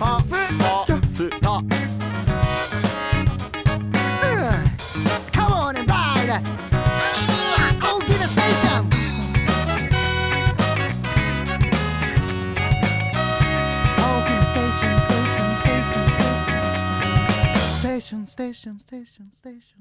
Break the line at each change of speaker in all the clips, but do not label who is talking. パツ
の
うんカモンエンバイダ大きなステーション大きなステーションステーションステーションステーションステーションステーションステーションステーション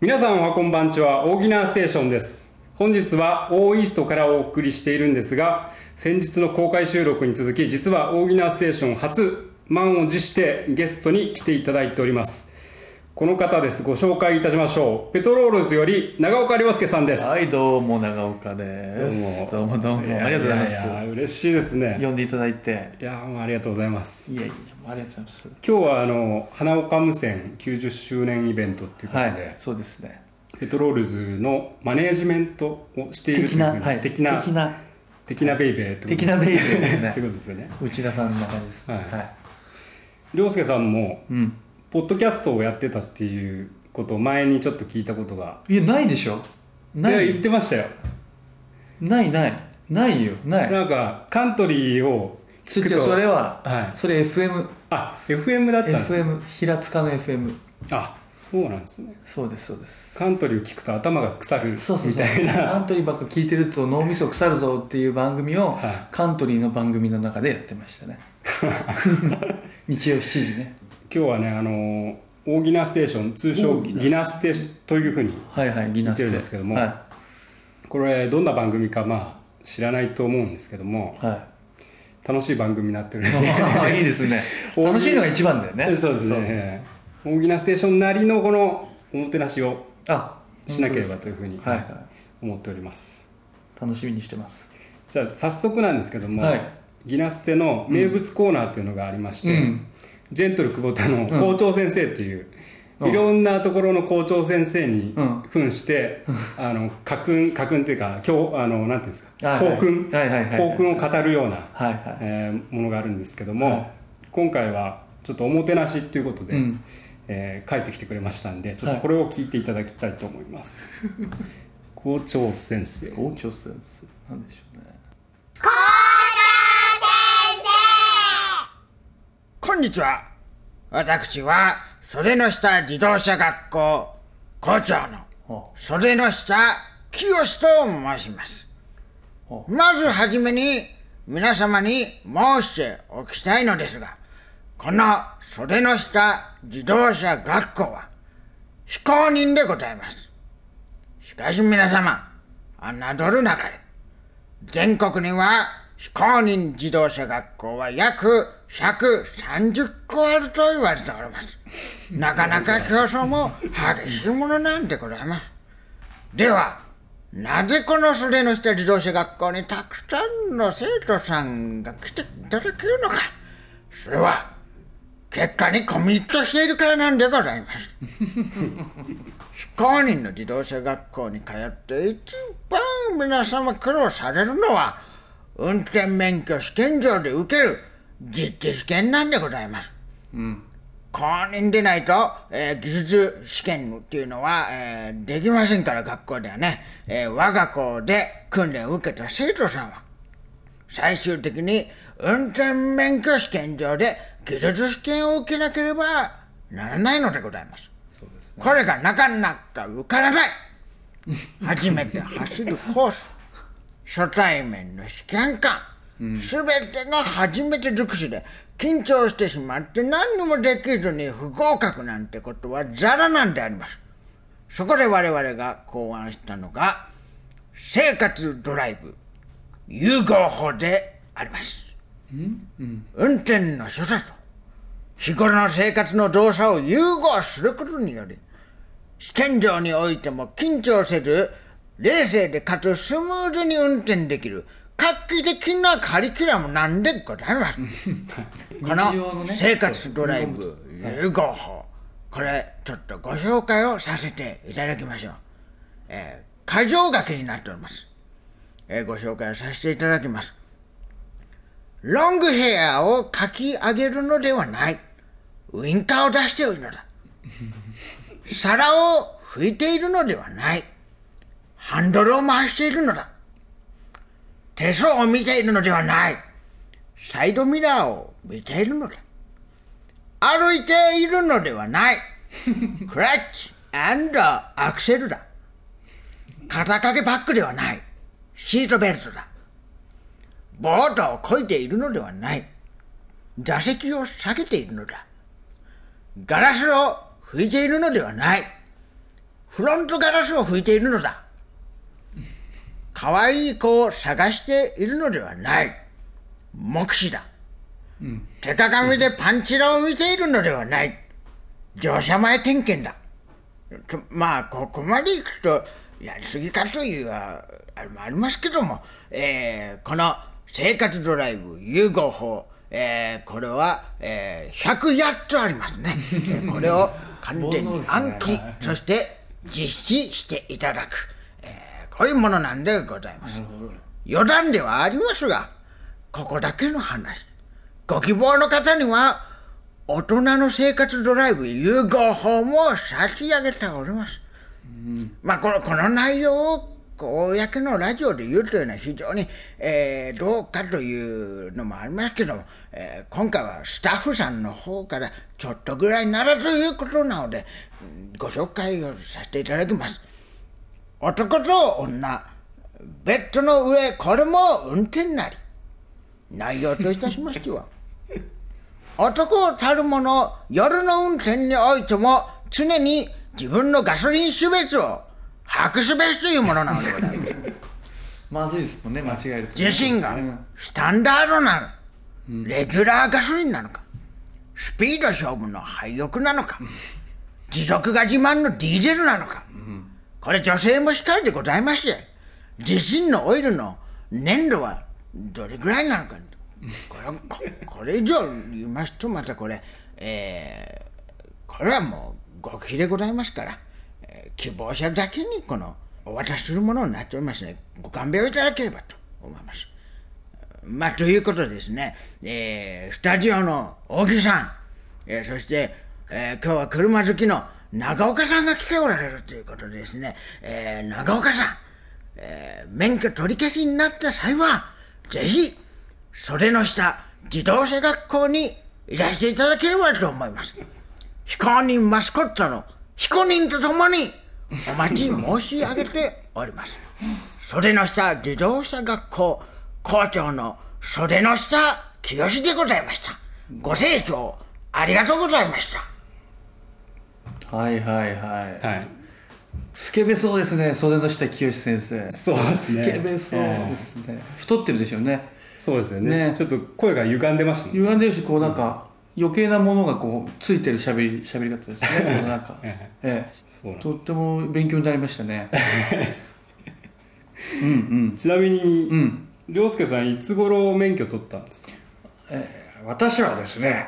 皆さんはこんばんちは、オーギナーステーションです。本日は大イーストからお送りしているんですが、先日の公開収録に続き、実はオーギナーステーション初、満を持してゲストに来ていただいております。この方です。ご紹介いたしましょう。ペトロールズより長岡亮介さんです。
はいどうも長岡ですどうもどうもありがとうございます
やや嬉しいですね。
呼んでいただいて
いや、もうありがとうございます。
いやいやありがとうございます
今日はあの、花岡無線90周年イベントっていうこと
は
で、
いそうですね
ペトロールズのマネージメントをしている
的な
というふうに
はい
的な
的な
的なベイベーってこと
的なベイベーですね
そういうことですよね
内田さんの感じです
はい
はい
涼介さんも
うん
ポッドキャストをやってたっていうことを前にちょっと聞いたことが
いやないでしょない
や言っ
い
てましたよ
ないないないよない
なんかカントリーを
そ
聞
っ
く
ちは
と
それは、
はい
それ FM
あ FM だったんです
FM 平塚の FM
あそうなんですね
そうですそうです
カントリーを聞くと頭が腐るみ
そうそうそう
たいな
カントリーばっか聞いてると脳みそ腐るぞっていう番組を、
は
カントリーの番組の中でやってました ね日曜7時ね
今日はねあの大ギナステーション通
大
称
宜名
ギナステというふうに
はいはいギナス
見てるんですけども
は
これどんな番組かまあ知らないと思うんですけども
い、は
楽しい番組になってるんで
い、いい ですね
大宜名
楽しいのが一番だよ ね
そうですね。大きなステーションなりのこのおもてなしを
あ
しなければというふうに
はいは
思っております。
い楽しみにしてます
じゃあ早速なんですけども、
はい
ギナステの名物コーナーというのがありまして、
うん
ジェントル久保田の校長先生っていう、
うん
いろんなところの校長先生に
うん
扮して、あの、家訓、家訓っていうか、今日、あの、なんていうんですか、
はいはい
校訓、
はいはいはい
校訓を語るような、
はいはい
えーものがあるんですけども、
はい
今回はちょっとおもてなしということで、
うん
えー書いてきてくれましたんでちょっ
は
と
い
これを聞いていただきたいと思い ます、校長先生
校長先生なんでしょうね
こんにちは。私は、袖の下自動車学校校長の
あ
袖の下清と申します。
ほ
まずはじめに、皆様に申しておきたいのですが、この袖の下自動車学校は、非公認でございます。しかし皆様、侮るなかれ。全国には非公認自動車学校は約130校あると言われております。なかなか競争も激しいものなんでございます。では、なぜこの袖の下自動車学校にたくさんの生徒さんが来ていただけるのか。それは、結果にコミットしているからなんでございます。公認の自動車学校に通って一番皆様苦労されるのは運転免許試験場で受ける実地試験なんでございます。公認でないと、えー技術試験っていうのは、えーできませんから学校ではね、えー我が校で訓練を受けた生徒さんは最終的に運転免許試験場で技術試験を受けなければならないのでございます。これがなかなか受からない初めて走るコース初対面の試験官、すべてが初めて尽くしで緊張してしまって何にもできずに不合格なんてことはザラなんでありますそこで我々が考案したのが生活ドライブ融合法であります、運転の所作と日頃の生活の動作を融合することにより試験場においても緊張せず冷静でかつスムーズに運転できる画期的なカリキュラムなんでござ いますこ
日常の
の
ね
生活ドライブ融合法これちょっとご紹介をさせていただきましょう、えー、箇条書きになっております、えーご紹介をさせていただきますロングヘアをかき上げるのではない。ウインカーを出しているのだ。皿を拭いているのではない。ハンドルを回しているのだ。手相を見ているのではない。サイドミラーを見ているのだ。歩いているのではない。クラッチアクセルだ。肩掛けバックではない。シートベルトだ。ボートをこいでいるのではない。座席を下げているのだ。ガラスを拭いているのではない。フロントガラスを拭いているのだ。可愛い子を探しているのではない。目視だ。手鏡でパンチラを見ているのではない。乗車前点検だ。とまあ、ここまで行くと、やりすぎかというは、あれもありますけども、えーこの生活ドライブ融合法、えーこれは、えー108つありますね。えーこれを完全に暗記、そして実施していただく、えーこういうものなんでございます。余談ではありますが、ここだけの話。ご希望の方には、大人の生活ドライブ融合法も差し上げております。まあ、このこの内容を公のラジオで言うというのは非常に、えーどうかというのもありますけども、えー今回はスタッフさんの方からちょっとぐらいならということなので、うんご紹介をさせていただきます。男と女、ベッドの上、これも運転なり。内容といたしましては。男たる者、夜の運転においても、常に自分のガソリン種別を把握すべしというものなのでございます。
まずいですもんね、間違えると。
自身が
うん
スタンダードなの、レギュラーガソリンなのか、スピード勝負の廃屋なのか、持続が自慢のディーゼルなのか、これ女性も控えでございまして、自身のオイルの粘度はどれぐらいなのか、これここれ以上言いますとまたこれ、えーこれはもう極秘でございますから、えー希望者だけにこのお渡しするものになっておりますねご勘弁をいただければと思います。まあ、ということでですね、えースタジオの大木さん、えーそして、えー今日は車好きの長岡さんが来ておられるということでですね、えー長岡さん、えー免許取り消しになった際は、ぜひ、袖の下、自動車学校にいらしていただければと思います。非公認マスコットの非公認とともに、お待ち申し上げております。袖の下自動車学校校長の袖の下清でございましたご清聴ありがとうございました
はいはいはい。
はい。
スケベそうですね、袖の下清先生。
そうです
ス
ね。
ケベそう
え
で
え
すね。太ってるでしょうね。
そうですよね
ね
ちょっと声が歪んでましたね。
歪んでるし、こうなんか、余計なものがこう、ついてる喋り、喋り方ですね。このなんか。え
ええ
え。
そうなんです
とっても勉強になりましたね。うんうん。
ちなみ
う
に、
ん。
涼介さん、いつ頃免許取ったんですか
えー私はですね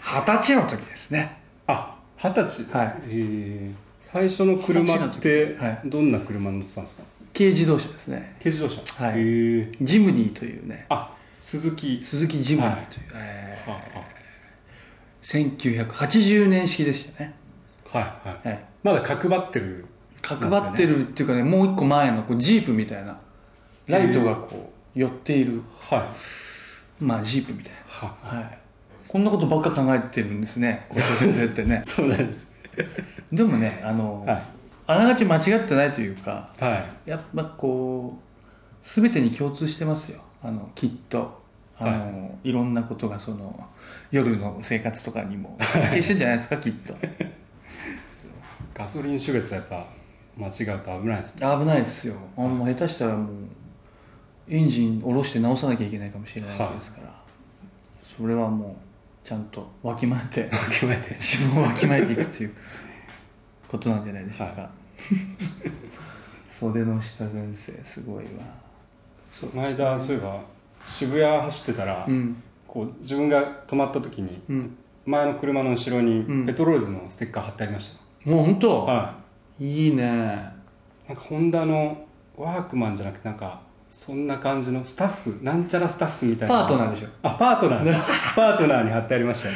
二十歳の時ですね
あ、二十歳。
はい
ええ最初の
二十
車っ
歳
て
の時はい、
どんな車乗ってたんですか
軽自動車ですね
軽自動車。
はい
へえ
ジムニーというね
あ、鈴木。
鈴木ジムニーという、
ああ
1980年式でしたね、
はいはい。
え
まだ角張ってる。
え、角張ってるっていうかねもう一個前のこうジープみたいなライトがこう寄っている、
はい。
まあジープみたい
は
な、はい、こんなことばっか考えてるんですね校長先生ってね
そうなんです。
でもねあの、
はい。
あながち間違ってないというか
はい。
やっぱこう全てに共通してますよあのきっとあの、い、ろんなことがその夜の生活とか にも関係してんじゃないですかきっと
ガソリン種別はやっぱ間違うと危ないですね。
危ないですよあんま下手したらもうエンジン下ろして直さなきゃいけないかもしれないわけですから、それはもうちゃんとわきまえて
決めて。
自分をわきまえていくということなんじゃないでしょうか、
は
袖の下先生すごいわそう
この間、そういえば、渋谷走ってたら、
うん
こう自分が止まった時に、
うん
前の車の後ろ
うん
にペトロールズのステッカー貼ってありまし
もう本
た、
当、
はい
いね
いなんかホンダのワークマンじゃなくてなんかそんな感じのスタッフなんちゃらスタッフみたいな
パートナーでしょ
あパートナ ーパートナーに貼ってありましたよ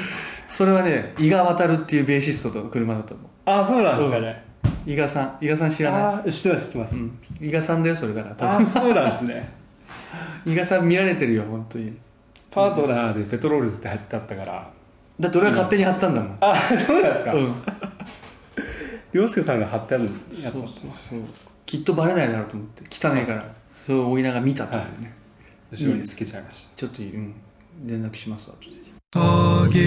それはね伊賀渉っていうベーシストと車だと思う
あそうなんですかね、
伊賀さん伊賀さん知らない
ああ知ってます知ってます、
伊賀さんだよそれだから
あ
多
あそうなんですね
分伊賀さん見られてるよ本当に
パートナーでペトロールズって入ってあったから
だって俺は勝手に貼ったんだもん
ああそうなんですか、
うん
凌介さんが貼ってあるやつだった
そうそうそうきっとバレないだろうと思って汚いからそれを大稲が見たと思ってね、
後ろにつけちゃいました
ちょっといいうん連絡しますわ後で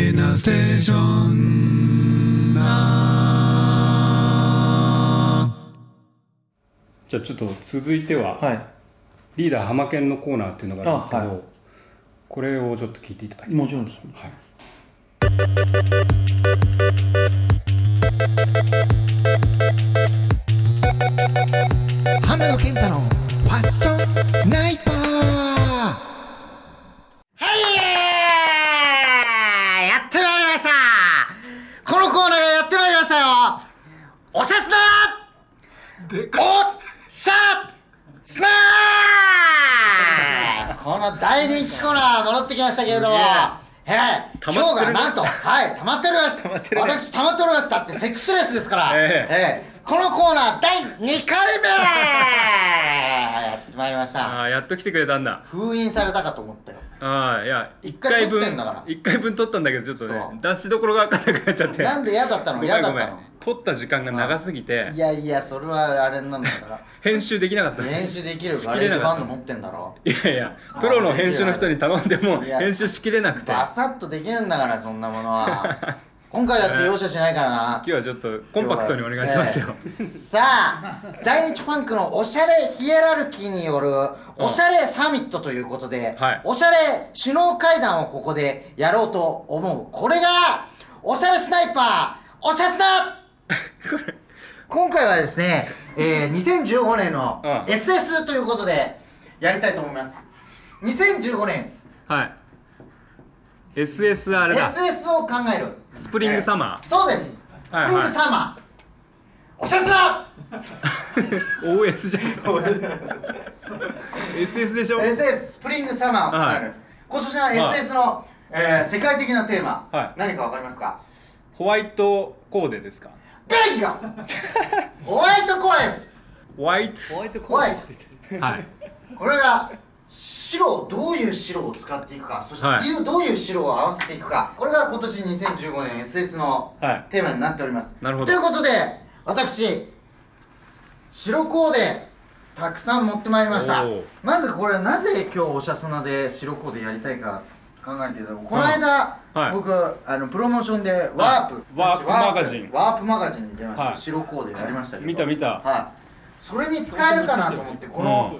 じゃあちょっと続いては、
はい
リーダー浜県のコーナーっていうのがあるんですけど、
あは
これをちょっと聞いていただきたい
もちろんです
はい
花野健太のファッションスナイパーはいやってまいりましたこのコーナーがやってまいりましたよおさすなおさスナイこの大人気コーナー戻ってきましたけれどもええ、今日がなんと、はい、溜まっております。私、溜まっております。だって、セックスレスですから。
ええ
ええこのコーナー第2回目やってまいりました
ああやっと来てくれたんだ
封印されたかと思ったよ
ああいや
一
一
回
回
撮っ
分
てんだから
一回分取ったんだけどちょっと
そ
ね
う
出しどころが分かんなくなっちゃって
なんで嫌だった
ご
の
め
嫌
ん
だ
ご
っ
め
た
ん
の
取った時間が長すぎて
いやいやそれはあれなんだから
編集できなかった
練習できるガレージバンド持ってんだろ
いやいやプロの編集の人に頼んでも
いや
編集しきれなくて
バ
今
サッとできるんだからそんなものは今回だって容赦しないからな
日はちょっとコンパクトにお願いしますよ、
ええさあ在日パンクのおしゃれヒエラルキーによるおしゃれサミットということで、
はい
おしゃれ首脳会談をここでやろうと思うこれがおしゃれスナイパーおしゃ すな今回はですね、えー2015年の
うん
SS ということでやりたいと思います2015年
はい SS あれだ
SS を考える
スプリングサマ
そうですスプ
はい
リン
はい
グサマーおしゃすな
ー OS じゃん SS でしょ
SS スプリングサマーを考える、
はい
今年の SS の、えー世界的なテーマ、
はい
何かわかりますか
ホワイトコーデですか
ベンゴ ホワイトコアです
ホワイ
ホワイト
コーナーして
トはい
これが白をどういう白を使っていくかそして、
はい
自由どういう白を合わせていくかこれが今年2015年 SS の
はい
テーマになっております、
なるほど
ということで私白コーデたくさん持ってまいりました
おー
まずこれなぜ今日おしゃすなで白コーデやりたいか考えていただこうこの間、
はい
僕あのプロモーションでワープ、
はい
雑誌
ワープマガジン
ワープマガジンに出ました、
はい
白コーデやりましたけど
見た見た
はいそれに使えるかなと思ってこの、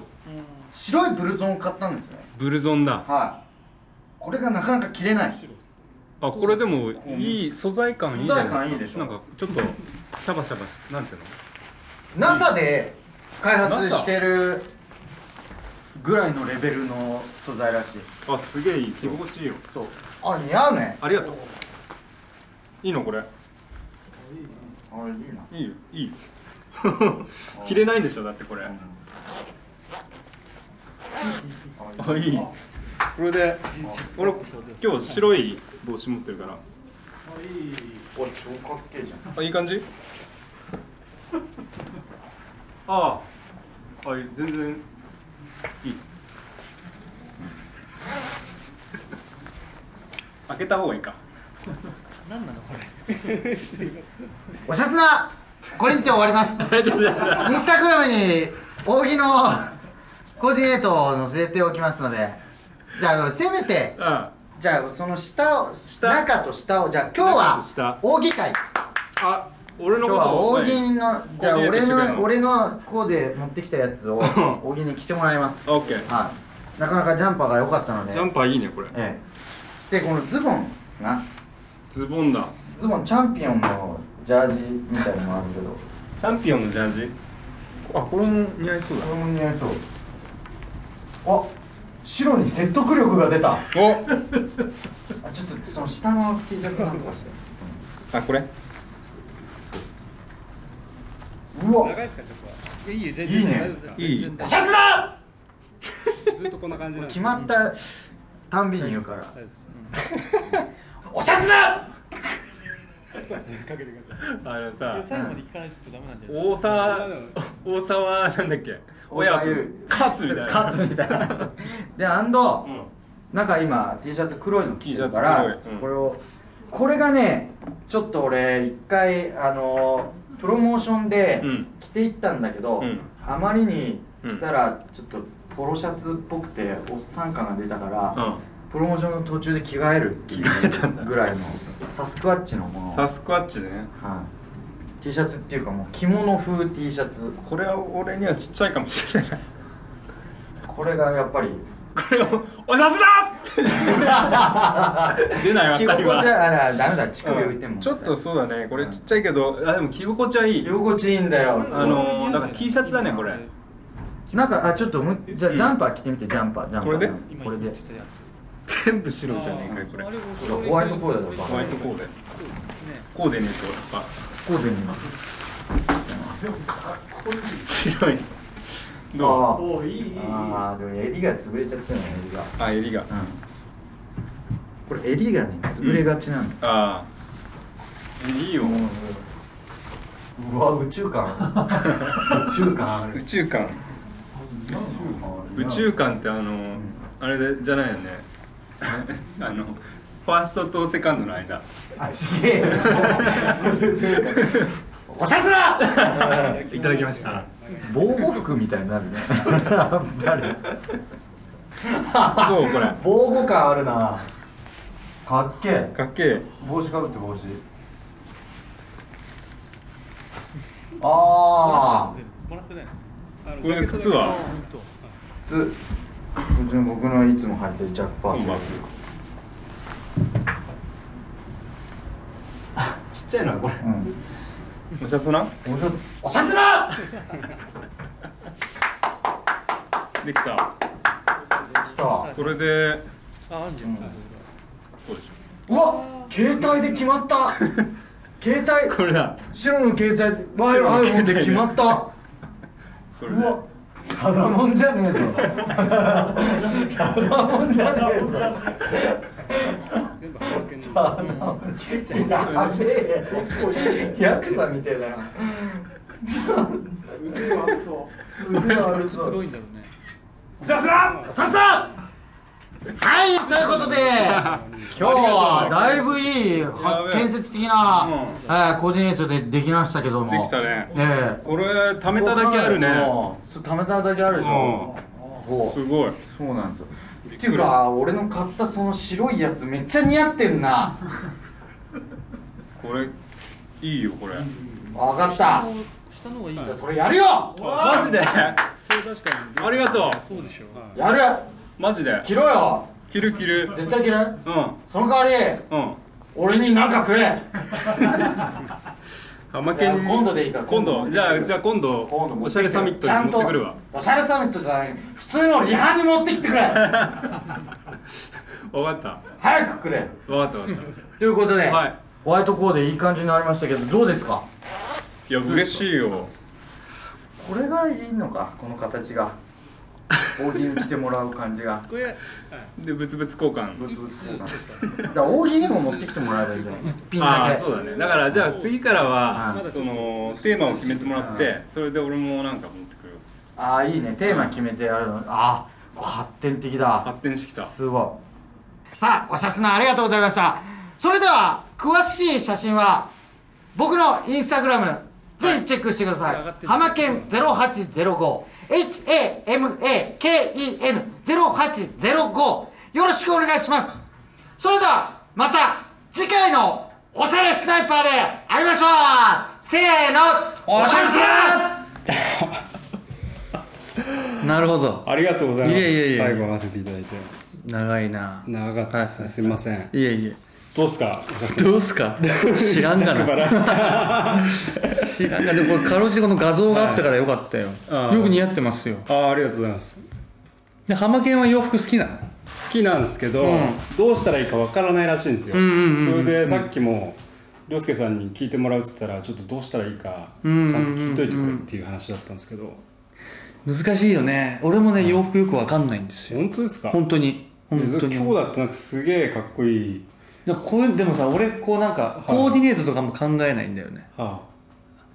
白いブルゾンを買ったんですね
ブルゾンだ
はいこれがなかなか着れない
あこれでもいい素材感いいじゃないです
素
か
材
な
感い
んかちょっとシャバシャバしなんていうの
NASA で開発してるぐらいのレベルの素材らしい
あすげえいい着心地いいよそう
あ似合うね
ありがとういいのこれ
あれいいない
いよいい よ着れないんでしょだってこれあいいこれで俺今日白い帽子持ってるから
おい超かっけえじゃん
あいい感じ あああい全然いい開けた方がいいか
おしゃすなこれにて終わります インスタグラムに扇のコーディネートを載せておきますのでじゃあせめて
あ
じゃあその下を
下
中と下をじゃあ今日
中と
は
下
扇会
あ俺のこ
今日は
とを
大喜利のじゃあ
コーディネート
俺
してくれる
の
の
俺のコーデ持ってきたやつを大喜利に着てもらいます
オッケー
はいなかなかジャンパーが良かったので
ジャンパーいいねこれ
ええそしてこのズボンですな
ズボンだ
ズボンチャンピオンのジャージみたいのもあるけどこ
チャンピオンのジャージあこれも似合いそうだ
れも似合いそうあ白に説得力が出たあ
お
ちょっとその下の T シャツなんとかして
あこれ
うわ
長いですかちょっ
いいよ全
いいね
大丈夫です
いい
シャツだ
とずっとこんな感じなんです
決
けど
まったたんびに言うから
大丈夫です
おしゃすな
あのさ
最後まで聞かないとダメなんじゃない
大沢大沢なんだっけ
大沢
親
優
分勝つみたいな
勝つみたいなでアンド、なんか今 T シャツ黒いの着てるから
T シャツ黒いうん
これをこれがねちょっと俺一回あのプロモーションで
うん
着ていったんだけど、
うん
あまりに着たらちょっとポロシャツっぽくておっさん感が出たから、プロモーションの途中で着替えるっていう
着替えたんだ
ぐらいのサスクワッチのもの、
サスクワッチね
はい T シャツっていうかもう着物風 T シャツ
これは俺にはちっちゃいかもしれない
これがやっぱり
これをおしゃすだ出ない
着
わ
心
か
地
りは
はあらダメだ乳首浮いてんもん、
ちょっとそうだねこれちっちゃいけどあでも着心地はいい
着心地いいんだよ
あのーなんか T シャツだねこれ
なんかあちょっともうじゃあジャンパー着てみてジャンパージャンパー
これで
今
これ
言
で
ってたやつ
全部白じゃねえかよこれホ
ホワイトコーデだよバカ
ワイトコーデコーデねえとやっぱ
コーデにな
白い
あ
どう
あーでも襟が潰れちゃってるの襟が
あ襟が
これ襟がね潰れがちなの、
ああいいよ
うわ宇宙感宇宙感ある
宇宙観宇宙観ってあのあれでじゃないよね あのファーストとセカンドの間
あちげえ よおしゃすら
いただきました
防護服みたいになるねやっぱり
どうこれ
防護感あるなかっけえ
かっけえ
帽子かぶって 帽子ああ
全部もらってないの
これ靴は
本当
つ僕のいつも履いてるジャックパ
コ
ー
ンバース
ス
ちっちゃいなこれ
うん
おしゃそな
おしゃおしゃすな
できた
来た
これで
ああんじゃん
こうでし
うわ携帯で決 まった携
ょ
帯
これだ
白の携帯 i p h o n で決まった
これ
う
で
わただもんじゃねえぞただもんじゃねえぞただもんやべえヤクザみてえだなすげえ悪そうすげえ悪そう
黒いんだろうね
さっさはいということで今日はだいぶいいは
やべえ
建設的な、
うん
えーコーディネートでできましたけども
できたね
ねえ
これ貯めただけあるね
そう貯めただけあるでしょ、そう
すごい
そうなんですよっていうか俺の買ったその白いやつめっちゃ似合ってんな
これいいよこれ
分かった
下の方がいいんだ
それやるよ
マジで
それ確かに
ありがとう
そうでしょ
やる
マジで
着ろよ
着る着る
絶対着る
うん
その代わり
うん
俺に何かくれ
ハマケン
いや今度でいいから
今度じゃあじゃあ今度
今度持
お
っ
してゃ
きて
れサミットに持ってくるわ
ちゃんとおしゃれサミットじゃない普通のリハに持ってきてくれ
分かった
早くくれ
分かった分かっ
ということで、
たはい
ホワイトコーデいい感じになりましたけどどうですか
いや嬉しいよ
これがいいのかこの形が大喜利に来てもらう感じが
これ
で物々交換
ブツブツするなだから大喜利にも持ってきてもらえばいいじゃない一品
ああ
だ
ー
け
そうだねだからじゃあ次から
は
はいそのテーマを決めてもらってそれで俺もなんか持ってくる
ああいいねテーマ決めてやるのああこれ発展的だ
発展してきた
すごいさあおしゃすなありがとうございましたそれでは詳しい写真は僕のインスタグラムぜひチェックしてくださ
上がっ
い
てる
浜県0805 HAMAKEN0805 よろしくお願いしますそれではまた次回のおしゃれスナイパーで会いましょうせーのおしゃれスナイパー
なるほど
ありがとうございます
いえいえいえ
最後合わせていただいて
長いな
長かったですねすみません
いえいえ
どうっすかお写真
どうすか知らんがな知らんがでもこれかろうじてこの画像があったからよかったよ、
はい
よく似合ってますよ
あーありがとうございます
でハマケンは洋服好きなの
好きなんですけど、どうしたらいいかわからないらしいんですよ、それでさっきも涼介さんに聞いてもらうって言ったらちょっとどうしたらいいかちゃんと聞いといてくれっていう話だったんですけど、
難しいよね俺もね洋服よくわかんないんですよ
本当ですか
本当に本当に
今日だってなんかすげえかっこいい
でもこれでもさ俺こうなんかコーディネートとかも考えないんだよね、
は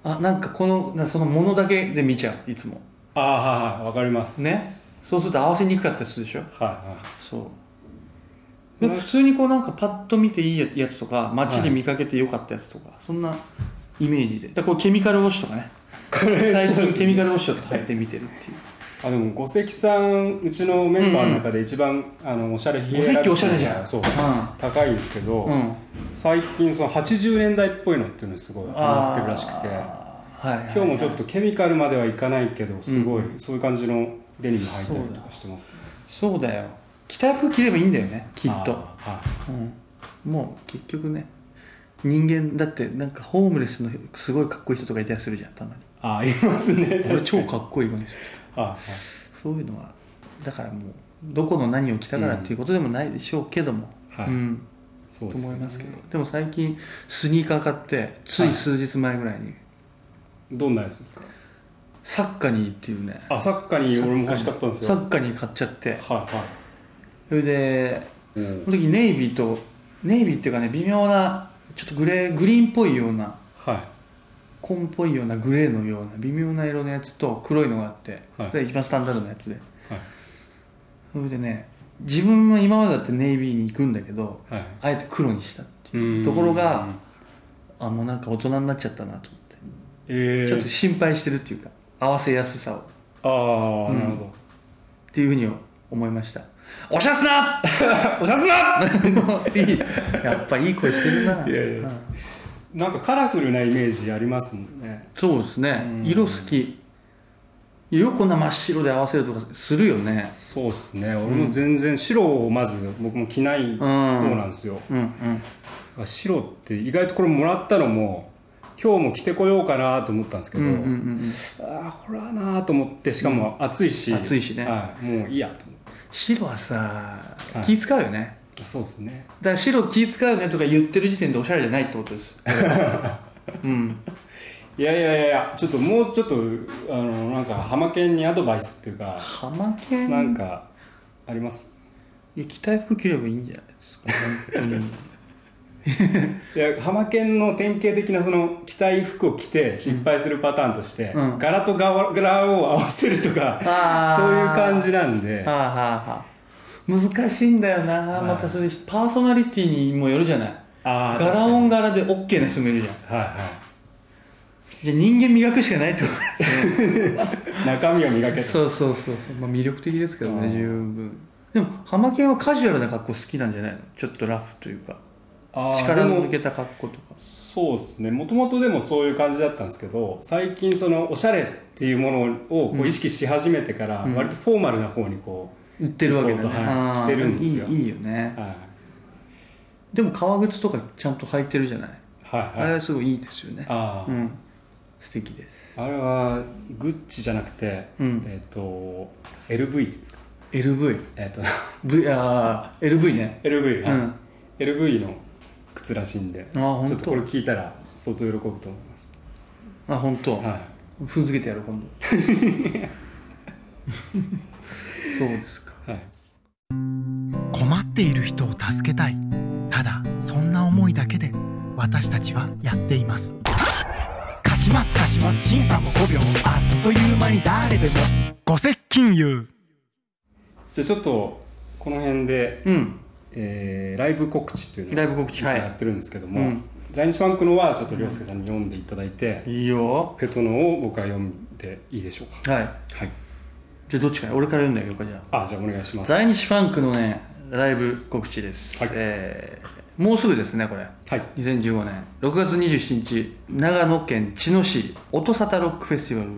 あなんかこのなそのものだけで見ちゃういつも
あ、ああはいはいわかります
ねそうすると合わせにくかったりするでしょ
はいはい
そうでも普通にこうなんかパッと見ていいやつとか街で見かけてよかったやつとか、そんなイメージでだからこれケミカルウォッシュとかね 最近ケミカルウォッシュを履いてみてるっていう
あでも五関さんうちのメンバーの中で一番、あのおしゃれヒエラルキー
五関おしゃれじゃん
そう、
ん
高いんですけど、
うん
最近その80年代っぽいのっていうのにすごいハマってるらしくて
はい、はい、
今日もちょっとケミカルまではいかないけどすごい、そういう感じのデニム履いたりとかしてますね
そうだよ着たい服着ればいいんだよねきっと
あーはい
うん、もう結局ね人間だってなんかホームレスのすごいかっこいい人とかいたりするじゃんたまに
あーいます ね確
俺
か
超
に
かっこいいわけですよ
あ
そういうのはだからもうどこの何を着たからっていうことでもないでしょうけども、
うんはい
うん
そう
と
です
思い
ね
ますけどでも最近スニーカー買ってつい数日前ぐらいに、
どんなやつですか
サッカーにっていうね
あサッカーに俺も欲しかったんですよ
サ
は
ッカーに買っちゃって
いは
それで
い、うん
その時ネイビーとネイビーっていうかね微妙なちょっとグレーグリーンっぽいような
は
紺っぽいようなグレーのような微妙な色のやつと黒いのがあって、
はい
それ一番スタンダードのやつで
いはい
それでね自分は今までだってネイビーに行くんだけど
はい
あえて黒にしたって
う
い
ん
うところがあもうなんか大人になっちゃったなと思って、
えー、
ちょっと心配してるっていうか合わせやすさをっ
ああ、なるほど
ていうふうに思いましたおしゃ すなおしゃすないいやっぱいい声してるな
や
い
いや
うん
なんかカラフルなイメージありますもんね
そうですね色好き色こんな真っ白で合わせるとかするよね
そうですね俺も全然白をまず僕も着ない方なんですよ、
うんうん
白って意外とこれもらったのも今日も着てこようかなと思ったんですけど、
うんうんうん
ああこれはなーと思ってしかも暑いし、
暑いしね
はい、もういいやと思っ
白はさ
はい
気使うよね、
てそうですね
だから白気使うねとか言ってる時点でおしゃれじゃないってことですうん
いやいやいやいやちょっともうちょっとあのなんかハマケンにアドバイスっていうか
ハマケン
なんかあります
いや着たい服着ればいいんじゃないですか本当に
いやハマケンの典型的なその着たい服を着て失敗するパターンとして、
うん
柄と柄柄を合わせるとか
あー
そういう感じなんで
はあはあはあ難しいんだよな、
い
またそれパーソナリティにもよるじゃない
あー
柄音柄で OK な人もいるじゃん
はいは
じゃあ人間磨くしかないってこと
い中身を磨けと
そうそうそうそう、まあ、魅力的ですけど
う
ね
ん
十分でもハマケンはカジュアルな格好好きなんじゃないのちょっとラフというか
あー
力の抜
でも
けた格好とか
そうですねもともとでもそういう感じだったんですけど最近そのおしゃれっていうものをこう意識し始めてから、
うん
割とフォーマルな方にこ
売ってるわけだね、
コートはい
あー
してるんですよ
いいいいよね
う、はい
でも革靴とかちゃんと履いてるじゃない、
はい
あ
は
れ
い
はすごいいいですよね
あ
う
ー
ん素敵です
あれはグッチじゃなくて、
うん
えっ、と LV ですか
LV
えっ、と
v あー LV ね
LV、はい
うん
LV の靴らしいんで
あ本当
ちょっとこれ聞いたら相当喜ぶと思います、
あ本当。
は
踏んづけてやろう今 度そうですか
いはい、
困っている人を助けたいただそんな思いだけで私たちはやっています貸します貸します審査も5秒あっという間に誰でもご接近融
じゃあちょっとこの辺で、
うん
えーライブ告知というのを
ライブ告知はい
やってるんですけども、
うん
在日バンクのはちょっと涼介さんに読んでいただいて、
いいよ
ペトノを僕は読んでいいでしょうか
はい
はい
じゃあどっちから俺から読んであげようかじゃあ
あじゃあお願いしますは
在日ファンクのねライブ告知です、
はい
えーもうすぐですねこれ
い
2015年6月27日長野県茅野市音沙汰ロックフェスティバル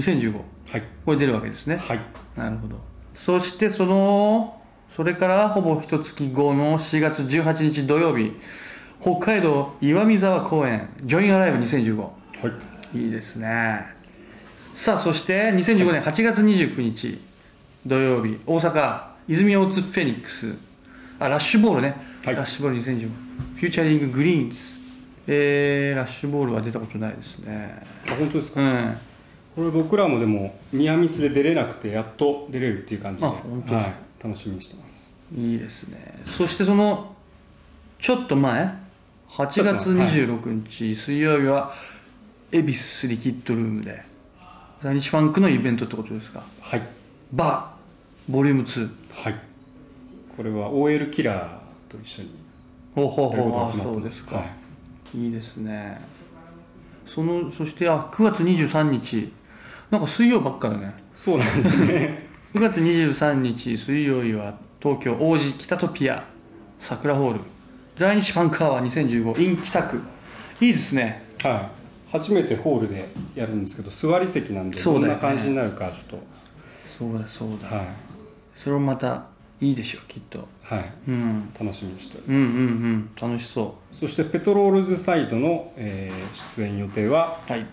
2015
はい
これ出るわけですね
はい
なるほどそしてそのそれからほぼ一月後の4月18日土曜日北海道岩見沢公園ジョインアライブ2015
はい
いいですねさあそして2015年8月29日土曜日大阪泉大津フェニックスあラッシュボールね、
はい
ラッシュボール2015フューチャリンググリーンズえー、ラッシュボールは出たことないですね
あ本当ですか
うんあ
これ僕らもでもニアミスで出れなくてやっと出れるっていう感じで
あ本当ですか
はい、楽しみにしてます
いいですねそしてそのちょっと前8月26日水曜日は恵比寿リキッドルームで在日ファンクのイベントってことですか
はい
バーボリューム2
はいこれは OL キラーと一緒に
ほうほう
やること
ほう
が
あ
決まっ
そ
て
う
ま
ですすか、
はい
い、いですねそのそしてあ9月23日なんか水曜ばっかだね
そうなんですよね
9月23日水曜日は東京王子北トピア桜ホール在日ファンクアワー2015 in 北区いいですね
はい初めてホールでやるんですけど座り席なんで
そ
ど
うんだよ
な
ね
感じになるかちょっ
そうだそうだ、
とはい
それもまたいいでしょうきっと
はい
うん
楽しみにしており
うんうんうん楽しそ
ますそしてペトロールズサイドの、えー出演予定は
うはい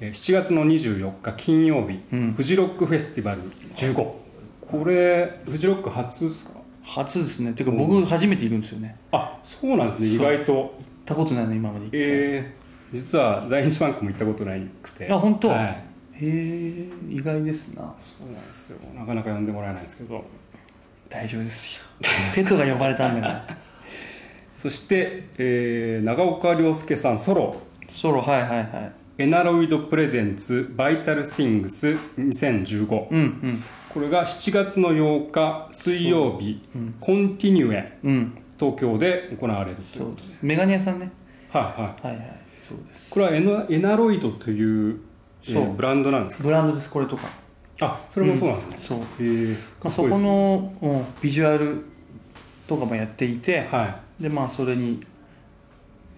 えー7月の24日金曜日、
うん
フジロックフェスティバル15これフジロック初ですか
初ですねてか僕初めて行くんですよね
あそうなんですね意外と
行ったことないの今まで一回
えー、実は在日ファンクも行ったことないくて
あ本当
はい
へえ意外ですな
そうなんですよなかなか呼んでもらえないんですけど
大丈夫ですよペットが呼ばれたんだ から
そして、えー長岡亮介さんソロ
ソロはいはいはい
「エナロイドプレゼンツバイタルシングス2015」
うんうん
これが7月の8日水曜日、コンティニュエ
うん
東京で行われるとい
そううですメガネ屋さんね
はいはい
はいはいそうです
これはエナエナロイドという、えー
そう
ブランドなんですか
ブランドですこれとか
あそれもそうなんですね、
そう、ま
へえか
あ、
っ
そ
こいい
こ
ですね
の、うん、ビジュアルとかもやっていて、
は
でまあそれに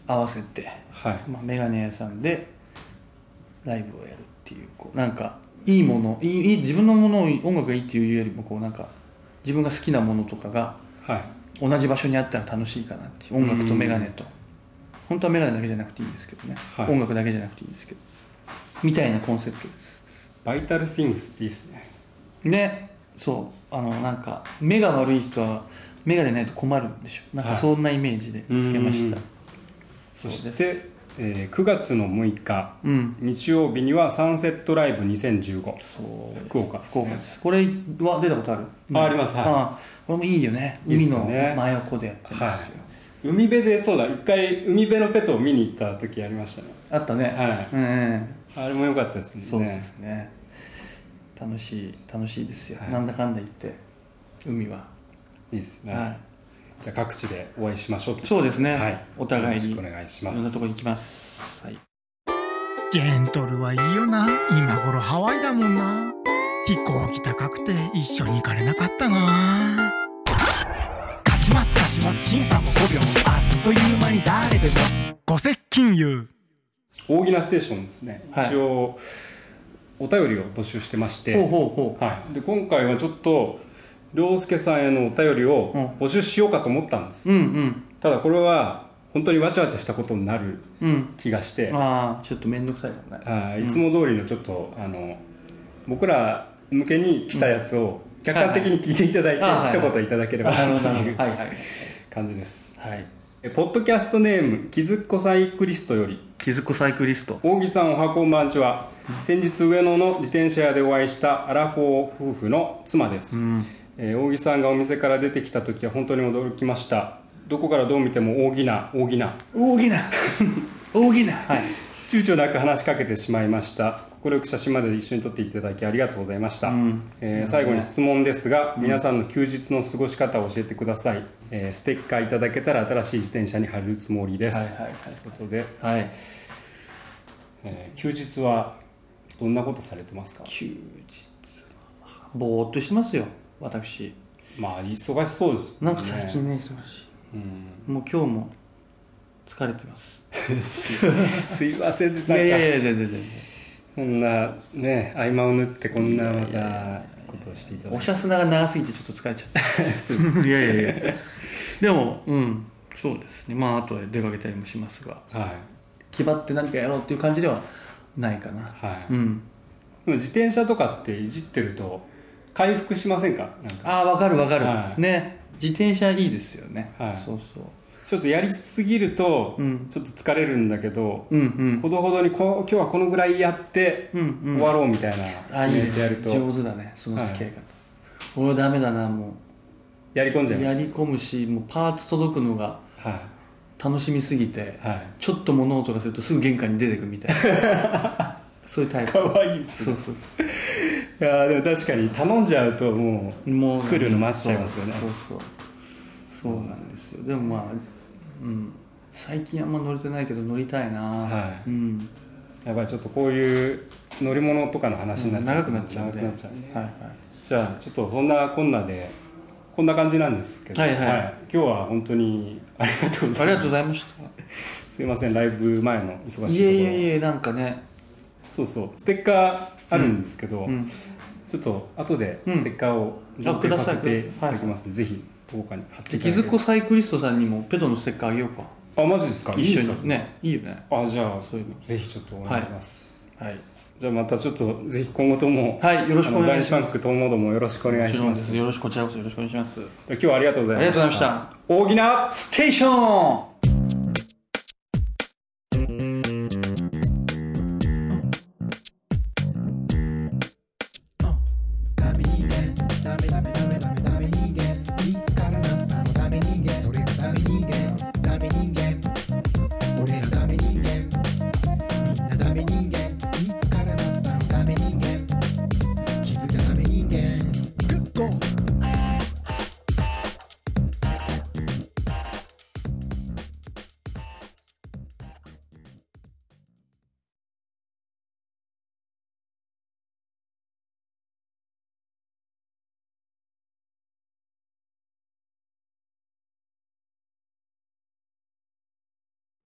合わせて、
いはい
まあ、メガネ屋さんでライブをやるっていうこうなんかいいものいいいい自分のものを音楽がいいっていうよりもこうなんか自分が好きなものとかが
はい
同じ場所にあったら楽しいかなっていう音楽とメガネと本当はメガネだけじゃなくていいんですけどね、
はい
音楽だけじゃなくていいんですけどみたいなコンセプトです
バイタルシングスっていいですね
ねそうあのなんか目が悪い人は目がでないと困るんでしょなんか
はい
そんなイメージでつけました、
うん
そ
そうし
で
て、えー9月の6日
うん
日曜日にはサンセットライブ2015
そうです
福岡です
福
ね
岡ですこれは出たことある
あありますはい
あこれもいいよね
いいっ
海
す
の
よね
真横でやってますよ、
はい海辺でそうだ一回海辺のペットを見に行った時ありましたね
あったね、
はい
うんうん
あれも良かったですね
そうですね楽しい楽しいですよ、
はい
なんだかんだ言って海は、
いいですね、
は
じゃあ各地でお会いしましょうと
い、そうですね、
はい
お互いにい
よ
ろ
ろ
ん
しくお
な
願いします
とこ行きます、はい、
ジェントルはいいよな今頃ハワイだもんな飛行機高くて一緒に行かれなかったな貸します貸します審査も5秒あっという間に誰でもご接近言
大喜なステーションですね、
はい
一応お便りを募集してまして
ほうほうほ
はい、で今回はちょっと涼介さんへのお便りを
うん
募集しようかと思ったんです、
ううん
ただこれは本当にわちゃわちゃしたことになる
うんうん
気がして、
ああちょっと面倒くさいかもね
あーいつも通りのちょっと、あの僕ら向けに来たやつを客観的に聞いていただいて、
はいはいあー
一言いただければ
あなるほど
な
な
とい
る
う
ほどはいはい
感じです
はい
えポッドキャストネームきずっこサイクリストより
気づくサイクリスト
大木さんおはこんばんちは先日上野の自転車屋でお会いしたアラフォー夫婦の妻です、えー大木さんがお店から出てきた時は本当に驚きましたどこからどう見ても大木な大木な
大 きな大きなはい
躊躇なく話しかけてしまいました快く写真まで一緒に撮っていただきありがとうございました、えー最後に質問ですが、皆さんの休日の過ごし方を教えてください、えーステッカーいただけたら新しい自転車に貼るつもりです、
はいはいはい
ということで、
はい
えー休日はどんなことされてますか
休日はぼーっとしてますよ私
まあ忙しそうです
なんか最近ね忙しいもう今日も疲れてます
す いませんなん
い
か
やいやいや全然全然
こんなね合間を縫ってこんなまたことをしていただ
お
いて
しゃすなが長すぎてちょっと疲れちゃ ったいやいやいやでもうんそうですねまああとで出かけたりもしますが
はい
気張って何かやろうっていう感じではないかな
はい、
うん
でも自転車とかっていじってると回復しませんかなんか
ああわかるわかる、
はい
ね自転車いいですよね、
はい
そうそう
ちょっとやりすぎると
うん
ちょっと疲れるんだけど、
うんうん
ほどほどにこう今日はこのぐらいやって
う
終
んうん
わろうみたいな
ああ
イ
い
ベ
いね
ントやると
上手だねその付き合い方、俺ダメだなも
やり込ん
う
じゃいま
や
す
り込むしもうパーツ届くのが
は
楽しみすぎて、
はい
ちょっと物音がするとすぐ玄関に出てくみたい なそういうタイプ
かわいいです
そうそうそ
いやーでも確かに頼んじゃうとも
うもう
来るの待っちゃいますよね
そうそうそうそうなんですよでもまあうん最近あんま乗れてないけど乗りたいな、
は
うん、
うやばいちょっとこういう乗り物とかの話になっちゃう、
長くなっちゃうんで
長くなっちゃうんで
はいはい
じゃあちょっとそんなこんなでこんな感じなんですけど、
はいはい
今日は本当にありがとうござ
あ
います
りがとうございまし
すいませんライブ前の忙しいとこ
た
ろ
いえいえいえなんかね
そうそうステッカーあるんですけど、
うん
ちょっと後で
うん
ステッカーを
あ
贈呈させてい
ください
ただきます、ぜひどこかに貼って
で
いただ
キ
け
ズ
れば
コサイクリストさんにもペトのステッカーあげようか
あマジですか
一緒
いいですか
にねいいよね
あじゃあ
そういうの
ぜひちょっとお願いします、
はい、
じゃあまたちょっとぜひ今後とも、
はい、よろしくお願いし
あの財産
ます
区ともどもよろしくお願いし
もちろん
ま
ですすよろしくこちらこそよろしくお願いします
今日はありがとうござ
あ
い
り
ま
が
し
と
た
うございました
大きな
ステーション